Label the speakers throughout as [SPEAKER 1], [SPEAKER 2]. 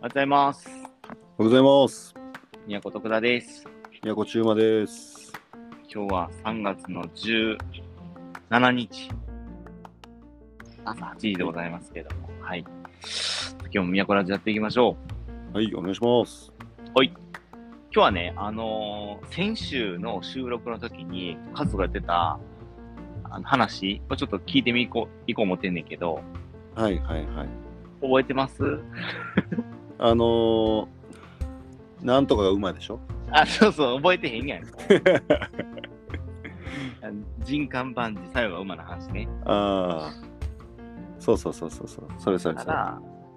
[SPEAKER 1] ございます。
[SPEAKER 2] おはようございます。
[SPEAKER 1] 宮古徳田です。
[SPEAKER 2] 宮古中馬です。
[SPEAKER 1] 今日は3月の17日、朝8時でございますけれども、はい。今日も宮古ラジオやっていきましょう。
[SPEAKER 2] はい、お願いします。
[SPEAKER 1] 今日はね、あのー先週の収録の時に、カズが出たあの話をちょっと聞いてみこう、いこう思ってんねんけど、
[SPEAKER 2] はいはいはい。
[SPEAKER 1] 覚えてます
[SPEAKER 2] あのー、なんとかが馬でしょ
[SPEAKER 1] あ、そうそう、覚えてへんやん。あの人間万事、最後は馬の話ね。
[SPEAKER 2] ああ。そうそうそうそうそう。それそれ
[SPEAKER 1] か
[SPEAKER 2] それ。あ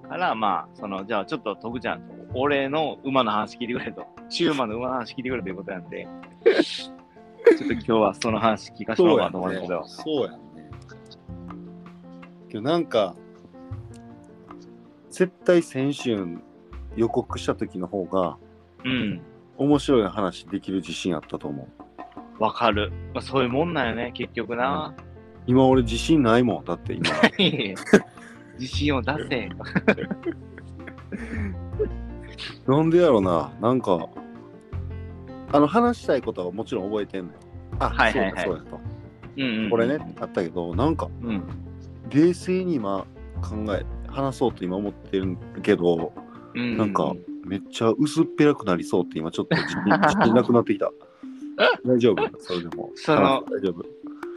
[SPEAKER 1] ら、からまあ、その、じゃあちょっと、徳ちゃん、俺の馬の話聞いてくれ と、中馬の馬の話聞いてくれということなんで、ちょっと今日はその話聞かせてもらおうかと思うんですけど、
[SPEAKER 2] そうやんね。けどなんか、絶対先週予告した時の方が
[SPEAKER 1] うん、
[SPEAKER 2] 面白い話できる自信あったと思う。
[SPEAKER 1] わかる。まあ、そういうもんなんよね、結局な。
[SPEAKER 2] 今俺自信ないもん。だって今。
[SPEAKER 1] 自信を出せ。
[SPEAKER 2] なんでやろな、なんか、あの話したいことはもちろん覚えてんのよ。あ、
[SPEAKER 1] はいはいはい
[SPEAKER 2] そうやそう
[SPEAKER 1] うん、う
[SPEAKER 2] や
[SPEAKER 1] ん。
[SPEAKER 2] と。これね、あったけど、なんか、
[SPEAKER 1] うん。
[SPEAKER 2] 冷静に今考え、話そうと今思ってるけど、
[SPEAKER 1] うん。
[SPEAKER 2] なんかめっちゃ薄っぺらくなりそうって今ちょっと 自信自信なくなってきた。大丈夫それでも。
[SPEAKER 1] その
[SPEAKER 2] 話大丈夫。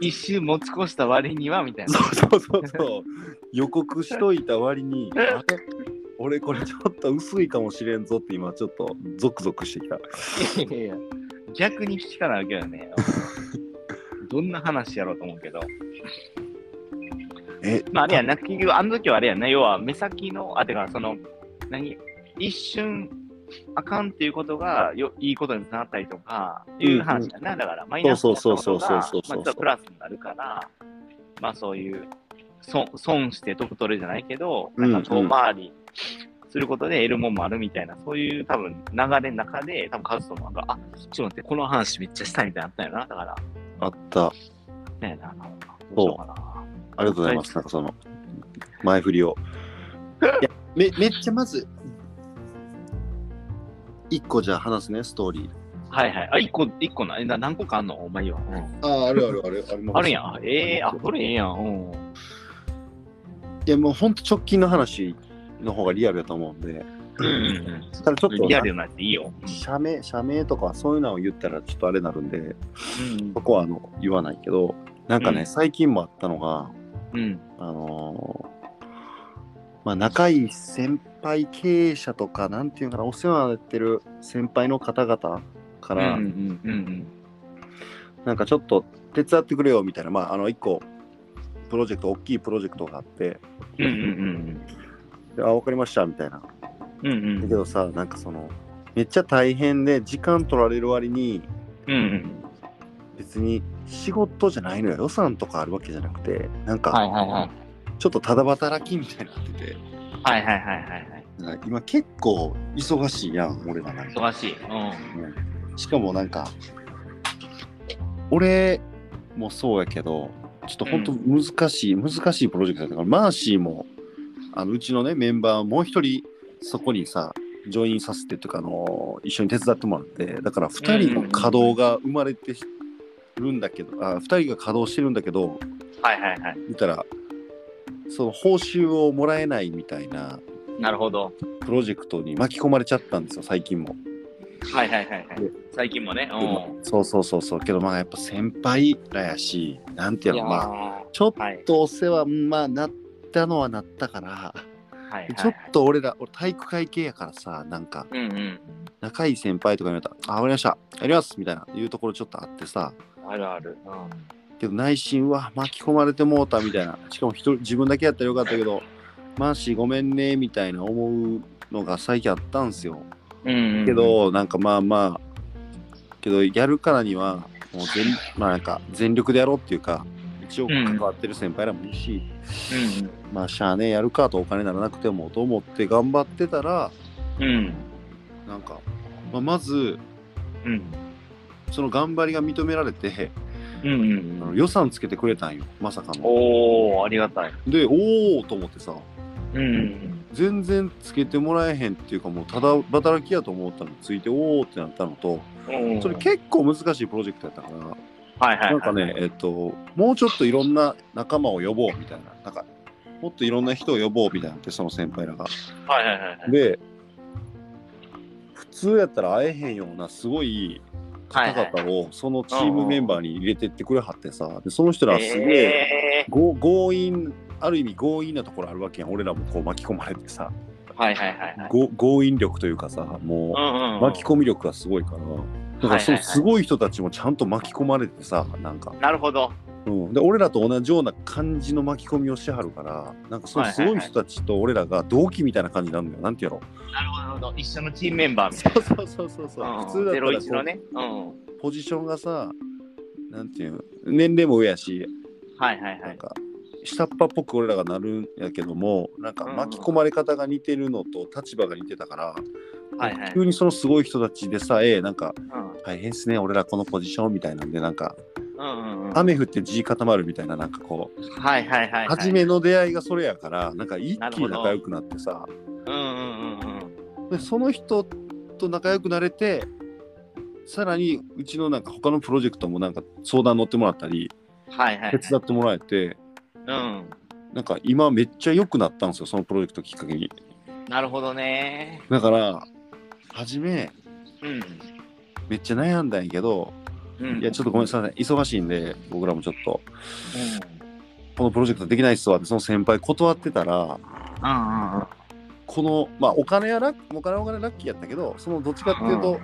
[SPEAKER 1] 一周持ち越した割には、みたいな。
[SPEAKER 2] そうそうそうそう。予告しといた割に、あれ俺これちょっと薄いかもしれんぞって今ちょっとゾクゾクしてきた。
[SPEAKER 1] いやいや逆に聞きたなるけど ね。どんな話やろうと思うけど。
[SPEAKER 2] え、
[SPEAKER 1] まあ、あれやな、結局、あの時はあれやな、要は目先の、あ、てか、その、何、一瞬、あかんっていうことがよいいことにつながったりとか、いう話やな、だから、マイナスだったことが、まあ、
[SPEAKER 2] そうそうそうそうそうそう
[SPEAKER 1] 実はプラスになるから、まあ、そういう、損損して得取るじゃないけど、なんか
[SPEAKER 2] う
[SPEAKER 1] 遠
[SPEAKER 2] んうん
[SPEAKER 1] 回りすることで得るもんもあるみたいな、そういう多分流れの中で、多分カズトもなんか、あ、ちょっと待って、この話めっちゃしたいみたいなのあったよな、だから、
[SPEAKER 2] あった。
[SPEAKER 1] ねえな、どうしようかな。
[SPEAKER 2] ありがとうございます。なんかその、前振りを。いやめめっちゃまず、一個じゃあ話すね、ストーリー。
[SPEAKER 1] はいはい。あ、1個、一個ない。な何個かあんのお前は。うん
[SPEAKER 2] ああ、あるあるある。ある
[SPEAKER 1] あるやん。ええあ、これええやん。うん。
[SPEAKER 2] いや、もうほんと直近の話の方がリアルやと思うんで、
[SPEAKER 1] うん
[SPEAKER 2] ただちょっと
[SPEAKER 1] リアルなやついいよ。
[SPEAKER 2] 社名、社名とかそういうのを言ったらちょっとあれなるんで、
[SPEAKER 1] うん
[SPEAKER 2] そこはあの言わないけど、なんかね、
[SPEAKER 1] うん
[SPEAKER 2] 最近もあったのが、
[SPEAKER 1] うん。
[SPEAKER 2] あのーまあ、仲いい先輩経営者とか、なんていうのかな、お世話になってる先輩の方々か
[SPEAKER 1] うん。うん
[SPEAKER 2] ら、
[SPEAKER 1] うん。
[SPEAKER 2] なんかちょっと手伝ってくれよみたいな、まあ、あの一個、プロジェクト、大きいプロジェクトがあって、
[SPEAKER 1] うん。うん。
[SPEAKER 2] であ、わかりましたみたいな。だ
[SPEAKER 1] うん。うん。うん。
[SPEAKER 2] けどさ、なんかその、めっちゃ大変で、時間取られる割に、
[SPEAKER 1] うん。
[SPEAKER 2] 別に仕事じゃないのよ、予算とかあるわけじゃなくて、なんか、
[SPEAKER 1] はいはいはい。
[SPEAKER 2] ちょっとただ働きみたいになってて、
[SPEAKER 1] はいはいはいはいはい。
[SPEAKER 2] なんか今結構忙しいやん、俺らなんか。
[SPEAKER 1] 忙しい。うん。
[SPEAKER 2] しかもなんか、俺もそうやけど、ちょっと本当難しい、難しいプロジェクトだったから、マーシーも、あのうちのね、メンバーもう一人、そこにさ、ジョインさせてとか、あの一緒に手伝ってもらって、だから2人の稼働が生まれてるんだけど、あ2人が稼働してるんだけど、
[SPEAKER 1] はいはいはい。
[SPEAKER 2] 見たら、その報酬をもらえないみたいな
[SPEAKER 1] なるほど。
[SPEAKER 2] プロジェクトに巻き込まれちゃったんですよ、最近も。
[SPEAKER 1] はいはいはいはい。最近もね。う
[SPEAKER 2] そうそうそうそうけどまあやっぱ先輩らやしなんてい
[SPEAKER 1] ん。
[SPEAKER 2] うのまあ
[SPEAKER 1] は
[SPEAKER 2] ちょっ
[SPEAKER 1] はい
[SPEAKER 2] とお世話まあなったのはなったから、
[SPEAKER 1] いはい。
[SPEAKER 2] ちょっ。と俺ら俺体育会系やからさなんか
[SPEAKER 1] うんうん。
[SPEAKER 2] 仲いい先輩とか言われたら「あわかりましたやります」みたいないうところちょっとあってさ
[SPEAKER 1] あるある。うん。
[SPEAKER 2] けど内心は巻き込まれてもうたみたいなしかも一人自分だけやったらよかったけどマーシーごめんねみたいな思うのが最近あったんすよ
[SPEAKER 1] うんうん。
[SPEAKER 2] け。どなんかまあまあけどやるからにはもう 全,、まあ、なんか全力でやろうっていうか一応
[SPEAKER 1] うん
[SPEAKER 2] 関わってる先輩らもいいし、
[SPEAKER 1] うん
[SPEAKER 2] まあしゃあねえやるかとお金ならなくてもと思って頑張ってたら
[SPEAKER 1] うん。
[SPEAKER 2] なんか、まあ、まず
[SPEAKER 1] うん。
[SPEAKER 2] その頑張りが認められて
[SPEAKER 1] うん。うん
[SPEAKER 2] あ
[SPEAKER 1] うん。
[SPEAKER 2] の予算つけてくれたんよまさかの。
[SPEAKER 1] おー、ありがたい。
[SPEAKER 2] でおおと思ってさ
[SPEAKER 1] うん。
[SPEAKER 2] 全然つけてもらえへんっていうかもうただ働きやと思ったのについておおってなったのと
[SPEAKER 1] うん
[SPEAKER 2] それ結構難しいプロジェクトやったから
[SPEAKER 1] はいはいはい。
[SPEAKER 2] なんかね、えっと、もうちょっといろんな仲間を呼ぼうみたいな、なんか、もっといろんな人を呼ぼうみたいなって、その先輩らが。
[SPEAKER 1] はいはいはいはい。
[SPEAKER 2] で、普通やったら会えへんような、すごい方々を、そのチームメンバーに入れてってくれはってさ、でその人らはすげえ、
[SPEAKER 1] え
[SPEAKER 2] ご強引、ある意味強引なところあるわけやん、俺らもこう巻き込まれてさ、
[SPEAKER 1] ーはいはいはいはい。
[SPEAKER 2] ご強引力というかさ、も
[SPEAKER 1] うんうんう
[SPEAKER 2] う、
[SPEAKER 1] ん
[SPEAKER 2] 巻き込み力がすごいから。だからその
[SPEAKER 1] はいはいはい
[SPEAKER 2] すごい人たちもちゃんと巻き込まれてさなんか
[SPEAKER 1] なるほど。
[SPEAKER 2] うん、で俺らと同じような感じの巻き込みをしはるからなんかそう
[SPEAKER 1] はい
[SPEAKER 2] す
[SPEAKER 1] はいは
[SPEAKER 2] ご
[SPEAKER 1] い
[SPEAKER 2] い人たちと俺らが同期みたいな感じになるのよなんていうの
[SPEAKER 1] なるほどなるほど。一緒のチームメンバーみた
[SPEAKER 2] そ
[SPEAKER 1] いう
[SPEAKER 2] そうそうそうそう、
[SPEAKER 1] な。
[SPEAKER 2] 普通だった
[SPEAKER 1] ゼ
[SPEAKER 2] ら
[SPEAKER 1] ロ
[SPEAKER 2] こ
[SPEAKER 1] 一の
[SPEAKER 2] う、
[SPEAKER 1] ね。うん。
[SPEAKER 2] ポジションがさなんていうの年齢も上やし、
[SPEAKER 1] はいはいは
[SPEAKER 2] なん
[SPEAKER 1] い。
[SPEAKER 2] か下っ端っぽく俺らがなるんやけどもなんか
[SPEAKER 1] うんうん
[SPEAKER 2] 巻き込まれ方が似てるのと立場が似てたから、
[SPEAKER 1] はいはい
[SPEAKER 2] 急にそのすごい人たちでさえなんか
[SPEAKER 1] うん
[SPEAKER 2] 大変っすね俺らこのポジションみたいなんでなんか
[SPEAKER 1] うんうんうん。はい
[SPEAKER 2] 雨降って地固まるみたいななんかこう
[SPEAKER 1] はいはいはい。
[SPEAKER 2] 初めの出会いがそれやからなんか一気に仲良くなってさ
[SPEAKER 1] うんうんうんうん。
[SPEAKER 2] でその人と仲良くなれてさらにうちのなんか他のプロジェクトもなんか相談乗ってもらったり
[SPEAKER 1] はいはいは
[SPEAKER 2] 手
[SPEAKER 1] い。
[SPEAKER 2] 伝ってもらえて
[SPEAKER 1] うん。
[SPEAKER 2] なんか今めっちゃ良くなったんですよそのプロジェクトきっかけに
[SPEAKER 1] なるほどね。
[SPEAKER 2] だから初め
[SPEAKER 1] うん。
[SPEAKER 2] めっちゃ悩んだんやけど
[SPEAKER 1] うん。
[SPEAKER 2] いやちょっとごめんなさい忙しいんで僕らもちょっと
[SPEAKER 1] うん
[SPEAKER 2] このプロジェクトできないっすわってその先輩断ってたら
[SPEAKER 1] うんうん。
[SPEAKER 2] このまあお金はラッお金はお金ラッキーやったけどそのどっちかっていうと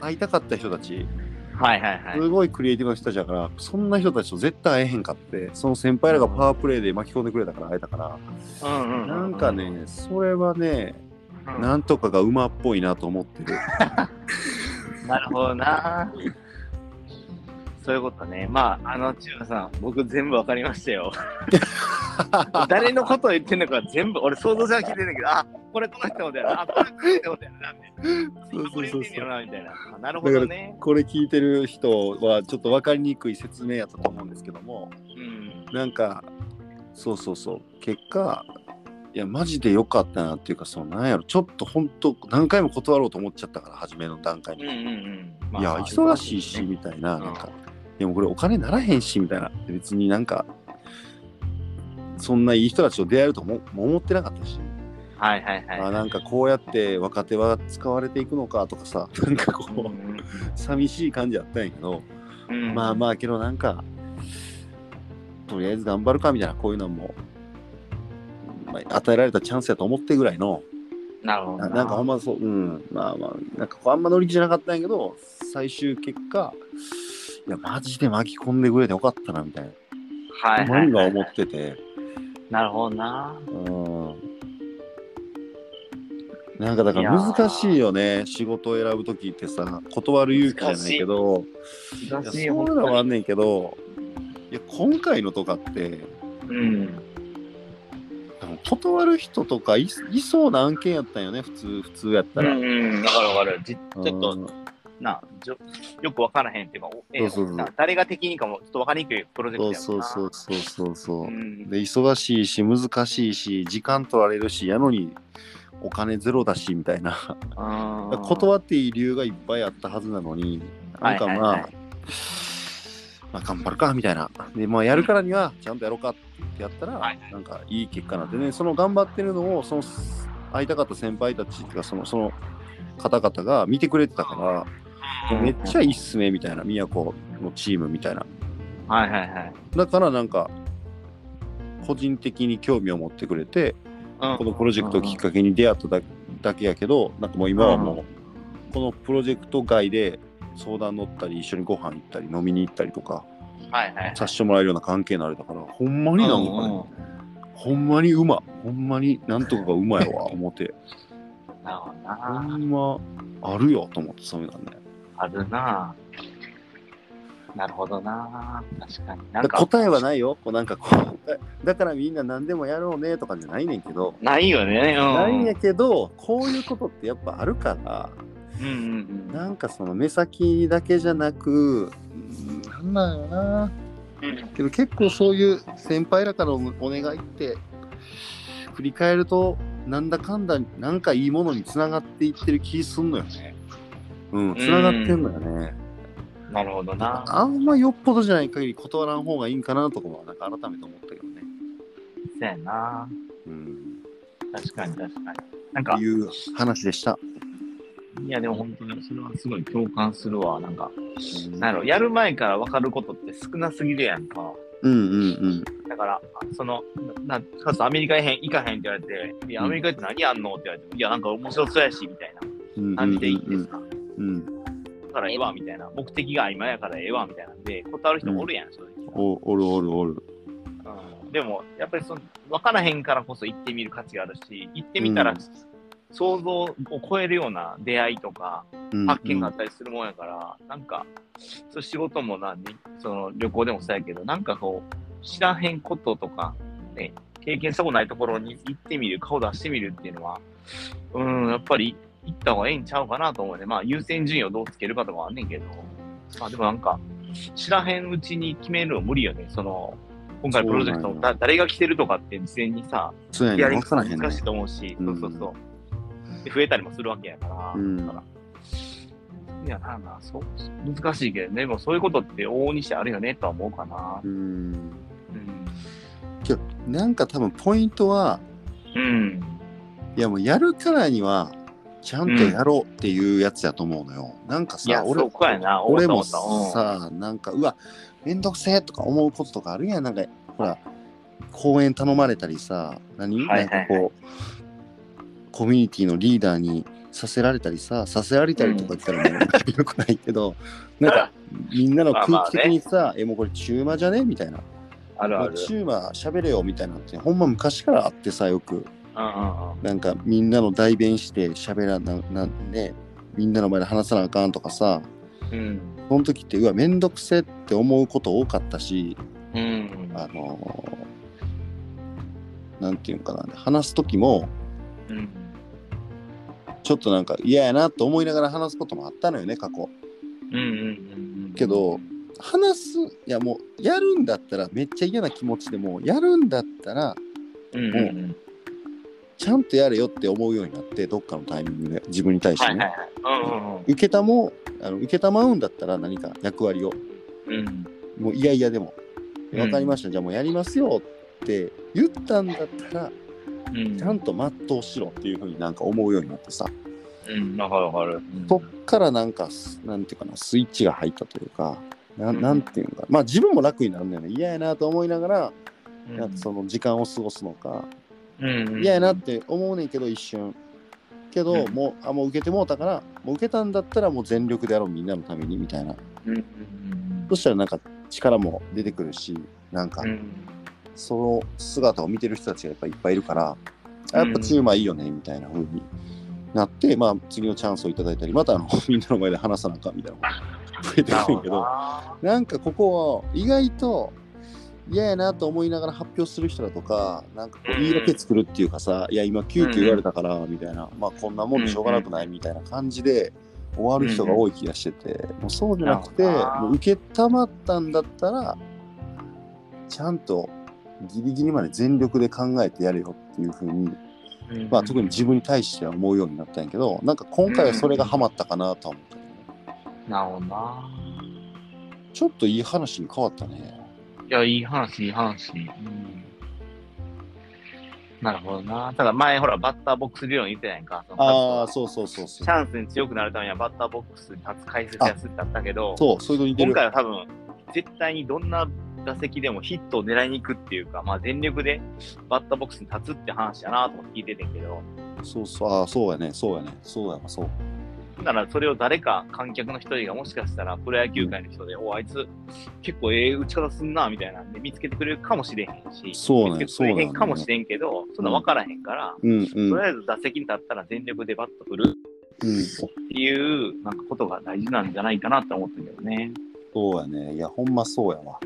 [SPEAKER 2] 会いたかった人たち
[SPEAKER 1] はいはいはい。
[SPEAKER 2] すごいクリエイティブな人たちだから、そんな人たちと絶対会えへんかって、その先輩らがパワープレイで巻き込んでくれたから会えたから、
[SPEAKER 1] うんうんうん。
[SPEAKER 2] なんかね、それはね、
[SPEAKER 1] うん、
[SPEAKER 2] なんとかが馬っぽいなと思ってる。
[SPEAKER 1] なるほどな。そういうことね。まあ、あの、千葉さん、僕全部わかりました よ。誰のことを言ってんのか全部、俺想像じゃ聞いてんだけど、あ、これこの人のだよな、あ、これこの人のだよな、って。
[SPEAKER 2] そう
[SPEAKER 1] こ
[SPEAKER 2] そう
[SPEAKER 1] れ
[SPEAKER 2] そ
[SPEAKER 1] 言
[SPEAKER 2] う
[SPEAKER 1] ってんのよ
[SPEAKER 2] そう。
[SPEAKER 1] な、みたいな。あなるほどね。
[SPEAKER 2] これ聞いてる人はちょっと分かりにくい説明やったと思うんですけども、
[SPEAKER 1] うん。
[SPEAKER 2] なんか、そうそうそう、結果、いや、マジで良かったなっていうか、そのなんやろ、ちょっと本当、何回も断ろうと思っちゃったから、初めの段階
[SPEAKER 1] う
[SPEAKER 2] に。
[SPEAKER 1] んうんうん。まあ
[SPEAKER 2] いや、忙しいし、みたいな、なんか、でもこれお金ならへんし、みたいな、別になんか、そんないい人たちと出会えるともも思ってなかったし、
[SPEAKER 1] はいはいはい。
[SPEAKER 2] あなんかこうやって若手は使われていくのかとかさ、なんかこう、寂しい感じやったんやけど、
[SPEAKER 1] うん
[SPEAKER 2] まあまあ、けどなんか、とりあえず頑張るかみたいな、こういうのも、まあ、与えられたチャンスやと思ってぐらいの、
[SPEAKER 1] なるほど
[SPEAKER 2] ななんかあんまそう、うん、まあまあ、なんかこうあんま乗り気じゃなかったんやけど、最終結果、いや、マジで巻き込んでくれてよかったな、みたい
[SPEAKER 1] はい
[SPEAKER 2] な。
[SPEAKER 1] はいはい
[SPEAKER 2] 何が思ってて、
[SPEAKER 1] なるほどな。
[SPEAKER 2] うん。なんかだから難しいよね、仕事を選ぶときってさ、断る勇気じゃないけど、いや
[SPEAKER 1] 難
[SPEAKER 2] そう
[SPEAKER 1] し
[SPEAKER 2] い
[SPEAKER 1] いう本
[SPEAKER 2] のはあ
[SPEAKER 1] 当
[SPEAKER 2] ん
[SPEAKER 1] に
[SPEAKER 2] ねんけど、いや、今回のとかって、
[SPEAKER 1] うん。
[SPEAKER 2] 多分断る人とかいいそうな案件やったんよね、普通、普通やった
[SPEAKER 1] う
[SPEAKER 2] ら。
[SPEAKER 1] んうん。わかるわかる。じちょっと
[SPEAKER 2] う、ん
[SPEAKER 1] なじょよくわからへんっていうか、おえー
[SPEAKER 2] そうそうそう
[SPEAKER 1] な誰が適任かもちょっとわかりにくいプロジェク
[SPEAKER 2] そ
[SPEAKER 1] ト
[SPEAKER 2] う
[SPEAKER 1] や
[SPEAKER 2] そうそううそうそうそう
[SPEAKER 1] う。ん、
[SPEAKER 2] で忙しいし難しいし時間取られるしやのにお金ゼロだしみたいな
[SPEAKER 1] あー
[SPEAKER 2] 断っていい理由がいっぱいあったはずなのになんかま
[SPEAKER 1] は
[SPEAKER 2] あ、
[SPEAKER 1] いはいは
[SPEAKER 2] まあ頑張るかみたいなでまあやるからにはちゃんとやろうかってやったら、
[SPEAKER 1] はいは
[SPEAKER 2] なんかいい結果なんでねその頑張ってるのをその会いたかった先輩たちっていうかそのその方々が見てくれてたか
[SPEAKER 1] う
[SPEAKER 2] ら
[SPEAKER 1] ん
[SPEAKER 2] めっちゃいいっすねみたいな宮古のチームみたいな
[SPEAKER 1] はいはいはい。
[SPEAKER 2] だからなんか個人的に興味を持ってくれて
[SPEAKER 1] うん
[SPEAKER 2] このプロジェクトをきっかけに出会っただだけやけどなんかもう今はもうこのプロジェクト外で相談乗ったり一緒にご飯行ったり飲みに行ったりとか
[SPEAKER 1] はいはい。
[SPEAKER 2] させてもらえるような関係になれたからほんまになんかねほんまにうまほんまになんとかがうまいわ思って
[SPEAKER 1] うんうんなるほど
[SPEAKER 2] ほ
[SPEAKER 1] な。
[SPEAKER 2] んまあるよと思ってそういうのね
[SPEAKER 1] あるな。なるほどな。確かに。なん
[SPEAKER 2] だから
[SPEAKER 1] か、
[SPEAKER 2] 答えはないよこうなんかこうだだからみんな何でもやろうねとかじゃないねんけど
[SPEAKER 1] ないよね。うん、
[SPEAKER 2] ないんやけどこういうことってやっぱあるから
[SPEAKER 1] うんうんうん。
[SPEAKER 2] なんかその目先だけじゃなくうんなんなんよな
[SPEAKER 1] うん
[SPEAKER 2] けど結構そういう先輩らからのお願いって振り返るとなんだかんだ、なんかいいものにつながっていってる気すんのよね。うん、つながってんのよね。
[SPEAKER 1] なるほどな。
[SPEAKER 2] あんまよっぽどじゃない限り断らん方がいいんかなとかは、なんか改めて思ったけどね。
[SPEAKER 1] そうやな。
[SPEAKER 2] うん。
[SPEAKER 1] 確かに確かに。なんか
[SPEAKER 2] って、いう話でした。
[SPEAKER 1] いやでも本当にそれはすごい共感するわ。なんか、
[SPEAKER 2] うん
[SPEAKER 1] なるやる前から分かることって少なすぎるやんか。
[SPEAKER 2] うんうん
[SPEAKER 1] だから、あその、な、なかつアメリカへん、行かへんって言われて、いや、
[SPEAKER 2] うん
[SPEAKER 1] アメリカって何やんのって言われて、いや、なんか面白そうやし、みたい
[SPEAKER 2] うん。うん
[SPEAKER 1] な感じで行ってさ、
[SPEAKER 2] うん。
[SPEAKER 1] だからええわ、みたいな、目的が今やからええわ、みたいなんで、断る人おるやん、正直。
[SPEAKER 2] おおるおるおる。
[SPEAKER 1] うんでも、やっぱりその、分からへんからこそ行ってみる価値があるし、行ってみたら、
[SPEAKER 2] うん
[SPEAKER 1] 想像を超えるような出会いとか、
[SPEAKER 2] うん
[SPEAKER 1] 発見があったりするもんやから、なんか、そう仕事もな、ね、その旅行でもそうやけど、なんかこう、知らへんこととか、ね、経験したことないところに行ってみる、顔出してみるっていうのは、うん、やっぱり行った方がええんちゃうかなと思うね。まあ、優先順位をどうつけるかとかはあんねんけど、まあでもなんか、知らへんうちに決めるの無理よね。その、今回プロジェクト
[SPEAKER 2] そう
[SPEAKER 1] も
[SPEAKER 2] なん
[SPEAKER 1] だ誰が来てるとかって事前にさ、
[SPEAKER 2] そうやね
[SPEAKER 1] やり
[SPEAKER 2] 分からへんね
[SPEAKER 1] 難しいと思うし、
[SPEAKER 2] うん
[SPEAKER 1] そうそうそう。で増えたりもするわけやから、
[SPEAKER 2] うん
[SPEAKER 1] だから。いや、なんだ、そう、難しいけどね、でもそういうことって往々にしてあるよね、とは思うかな。
[SPEAKER 2] うん
[SPEAKER 1] うん。
[SPEAKER 2] けどなんか多分ポイントは
[SPEAKER 1] うん。
[SPEAKER 2] いやもうやるからにはちゃんとやろうっていうやつやと思うのよ、なんか
[SPEAKER 1] いや
[SPEAKER 2] さ、俺
[SPEAKER 1] そこやな
[SPEAKER 2] 俺も
[SPEAKER 1] 思った思った
[SPEAKER 2] さなんかうわめんどくせえとか思うこととかあるやんなんかほら公演頼まれたりさ何、
[SPEAKER 1] はいはいはい
[SPEAKER 2] なんかこうコミュニティのリーダーにさせられたりささせられたりとか言ったらもう よくないけどな んかみんなの空気的にさ「えもうこれ中馬じゃね?」みたいな
[SPEAKER 1] あるあ
[SPEAKER 2] まあ
[SPEAKER 1] る。
[SPEAKER 2] チューマー喋れよみたいなのってほんま昔からあってさよく
[SPEAKER 1] うんうんうん。
[SPEAKER 2] なんかみんなの代弁して喋らななんでみんなの前で話さなあかんとかさ
[SPEAKER 1] うん。
[SPEAKER 2] その時ってうわめんどくせえって思うこと多かったし
[SPEAKER 1] うん。
[SPEAKER 2] あのーなんていうんかな話す時も
[SPEAKER 1] うん。
[SPEAKER 2] ちょっとなんか嫌やなと思いながら話すこともあったのよね過去
[SPEAKER 1] うんうんうんうん。
[SPEAKER 2] けど、話すいやもうやるんだったらめっちゃ嫌な気持ちでもやるんだったら
[SPEAKER 1] うんうんうん。
[SPEAKER 2] ちゃんとやれよって思うようになってどっかのタイミングで自分に対して
[SPEAKER 1] は
[SPEAKER 2] ね
[SPEAKER 1] いはいはい。うん
[SPEAKER 2] 受けたもあの受けたまうんだったら何か役割を
[SPEAKER 1] うんうん。うん。
[SPEAKER 2] もういやいやでも
[SPEAKER 1] うん
[SPEAKER 2] 分かりました、じゃあもうやりますよって言ったんだったら
[SPEAKER 1] うん。
[SPEAKER 2] ちゃんと全うしろっていうふうになんか思うようになってさ
[SPEAKER 1] うん、わかるわかる。
[SPEAKER 2] そっからなんかすなんていうかなスイッチが入ったというかな
[SPEAKER 1] うん
[SPEAKER 2] なんていうのかまあ自分も楽になるんだよね嫌やなと思いながら
[SPEAKER 1] うん
[SPEAKER 2] なんかその時間を過ごすのか
[SPEAKER 1] うん。
[SPEAKER 2] 嫌やなって思うねんけど一瞬け
[SPEAKER 1] う
[SPEAKER 2] ど、
[SPEAKER 1] ん
[SPEAKER 2] もうあもう受けてもうたからもう受けたんだったらもう全力でやろうみんなのためにみたいな
[SPEAKER 1] うん。うん
[SPEAKER 2] そしたらなんか力も出てくるし、なんか
[SPEAKER 1] うんうん。
[SPEAKER 2] その姿を見てる人たちがやっぱいっぱいいるから、あやっぱチームはいいよねみたいな風になって、まあ次のチャンスをいただいたり、またあの みんなの前で話さなあかんみたいなのが増えてく
[SPEAKER 1] なる
[SPEAKER 2] るん
[SPEAKER 1] ほ
[SPEAKER 2] やけ
[SPEAKER 1] ど
[SPEAKER 2] ど、
[SPEAKER 1] な。
[SPEAKER 2] なんかここは意外と嫌やなと思いながら発表する人だとか、なんかこう言い訳作るっていうかさ、いや今急遽言われたからみたいな、まあこんなもんでしょうがなくないみたいな感じで、終わる人が多い気がしてて、もうそうじゃなくて
[SPEAKER 1] なるほどな
[SPEAKER 2] もう受けたまったんだったらちゃんとギリギリまで全力で考えてやれよっていうふうに、
[SPEAKER 1] うん
[SPEAKER 2] まあ、特に自分に対しては思うようになったんやけどなんか今回はそれがハマったかなとは思ったけどね、
[SPEAKER 1] なるほどな。
[SPEAKER 2] ちょっといい話に変わったね。
[SPEAKER 1] いや、いい話、いい話。うん。なるほどな。ただ前、ほら、バッターボックス理論言ってないんか。その
[SPEAKER 2] ああそうそうそう
[SPEAKER 1] チ
[SPEAKER 2] そう。
[SPEAKER 1] ャンスに強くなるためにはバッターボックスに立つ解説やすってあったけど、
[SPEAKER 2] そうそういうの似て
[SPEAKER 1] 今
[SPEAKER 2] る。
[SPEAKER 1] 回は多分、絶対にどんな打席でもヒットを狙いに行くっていうか、まあ、全力でバッターボックスに立つって話だなと思って聞いててんけど、
[SPEAKER 2] そうそうああそうやねそうやねそうやわそう。
[SPEAKER 1] だからそれを誰か観客の一人がもしかしたらプロ野球界の人で、おあいつ結構ええ打ち方すんなみたいなんで見つけてくれるかもしれへんし、
[SPEAKER 2] そうね
[SPEAKER 1] 見つけてくれへんかも
[SPEAKER 2] そう
[SPEAKER 1] し
[SPEAKER 2] ね
[SPEAKER 1] れんけど、そんな分からへんから、
[SPEAKER 2] うんうん
[SPEAKER 1] と
[SPEAKER 2] うん
[SPEAKER 1] り。あえず打席に立ったら全力でバット振るっていうなんかことが大事なんじゃないかなって思ったけどね。
[SPEAKER 2] そうやねいやほんまそうやわ。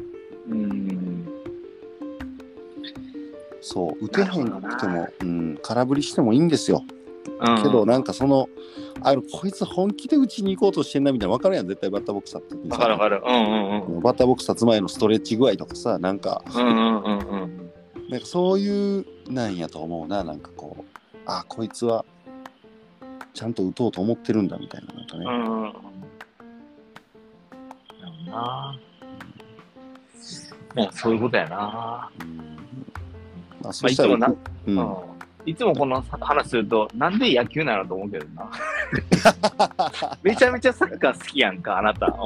[SPEAKER 1] うん。
[SPEAKER 2] そう打てへんくても、うん、空振りしてもいいんですよ。
[SPEAKER 1] うん
[SPEAKER 2] けど、なんかそのあのこいつ本気で打ちに行こうとしてんなみたいな分かるやん絶対バッターボックス立った時に
[SPEAKER 1] わ
[SPEAKER 2] さ
[SPEAKER 1] かるわかる。うんうんうん。
[SPEAKER 2] バッターボックス立つ前のストレッチ具合とかさなんか
[SPEAKER 1] うんうんうんうん。
[SPEAKER 2] なんかそういうなんやと思うななんかこうあこいつはちゃんと打とうと思ってるんだみたいなのとね、
[SPEAKER 1] うんうんうん。なるほどな。ね、そういうことやな。
[SPEAKER 2] まあ、そしたら
[SPEAKER 1] まあい
[SPEAKER 2] 僕、う、
[SPEAKER 1] うんん。いつもこの話すると、なんで野球なのと思うけどな。めちゃめちゃサッカー好きやんか、あなた。うん。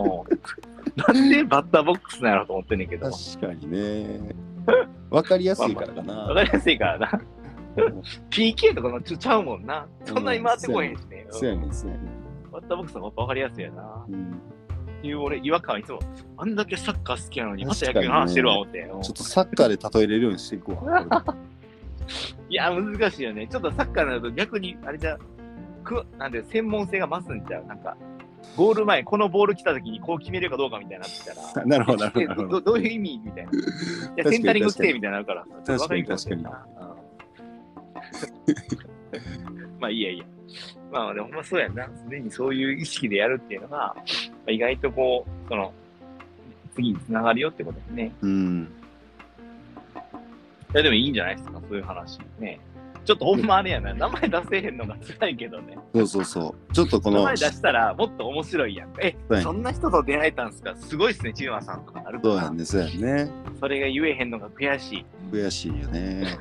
[SPEAKER 1] なんでバッターボックスなのと思ってんねんけど。
[SPEAKER 2] 確かにね。わかりやすいからかな。
[SPEAKER 1] わかりやすいからな。PK とかのちょちゃうもんな。そんなに回ってこへんしね。
[SPEAKER 2] そうやねん、そうやねん。
[SPEAKER 1] バッターボックスの方がわかりやすいやな。
[SPEAKER 2] うん
[SPEAKER 1] っていう俺、違和感はいつも、あんだけサッカー好きなのに、また野
[SPEAKER 2] 確かに
[SPEAKER 1] 球
[SPEAKER 2] ね
[SPEAKER 1] の話してるわ、思って。うん
[SPEAKER 2] ちょっとサッカーで例えれるようにしていこう。 こ
[SPEAKER 1] いや、難しいよね。ちょっとサッカーになると逆に、あれじゃ、く、なんで、専門性が増すんちゃうなんか、ゴール前、このボール来た時にこう決めれるかどうかみたいになってきたら、
[SPEAKER 2] れ なるほど、なるほどなる
[SPEAKER 1] ど
[SPEAKER 2] ほ
[SPEAKER 1] ど
[SPEAKER 2] ど。
[SPEAKER 1] どういう意味み たいな。いや、
[SPEAKER 2] かに
[SPEAKER 1] センタリングしてみたいになるから、
[SPEAKER 2] かに
[SPEAKER 1] わりにくいもんね
[SPEAKER 2] 確
[SPEAKER 1] うん まあ、いいやいいや。まあ、でもほんまそうやんな。常にそういう意識でやるっていうのが、まあ意外とこう、その、次につながるよってことですね。
[SPEAKER 2] うん。
[SPEAKER 1] いや、でもいいんじゃないですか、そういう話。ね。ちょっとほんまあれやな、名前出せへんのが辛いけどね。
[SPEAKER 2] そうそうそう。ちょっとこ
[SPEAKER 1] 名
[SPEAKER 2] の
[SPEAKER 1] 前、出したらもっと面白いやんか。え、
[SPEAKER 2] はい
[SPEAKER 1] そんな人と出会えたんすかすごいっすね、チューマさんとかあるか
[SPEAKER 2] そう
[SPEAKER 1] ら
[SPEAKER 2] やね、そうやね。
[SPEAKER 1] それが言えへんのが悔しい。
[SPEAKER 2] 悔しいよね。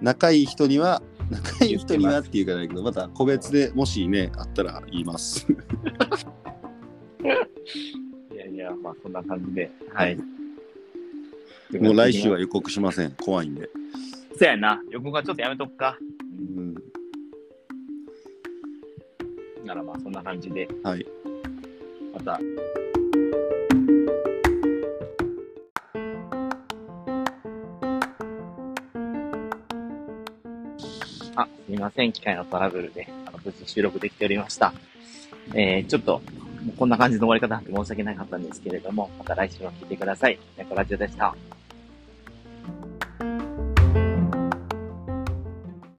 [SPEAKER 2] 仲いい人には、仲いい人にはっていうからだけど、また個別でもしね、あったら言 います。
[SPEAKER 1] いやいや、まあそんな感じで。はい。
[SPEAKER 2] もう来週は予告しません。怖いんで。
[SPEAKER 1] そうやな、横がちょっとやめとくか。
[SPEAKER 2] うん。
[SPEAKER 1] ならまあそんな感じで、
[SPEAKER 2] はい。
[SPEAKER 1] また。あ、すみません。機械のトラブルで、あの、無事収録できておりました。えー、ちょっと、もうこんな感じの終わり方なんて申し訳なかったんですけれども、また来週も聞いてください。猫ラジオでした。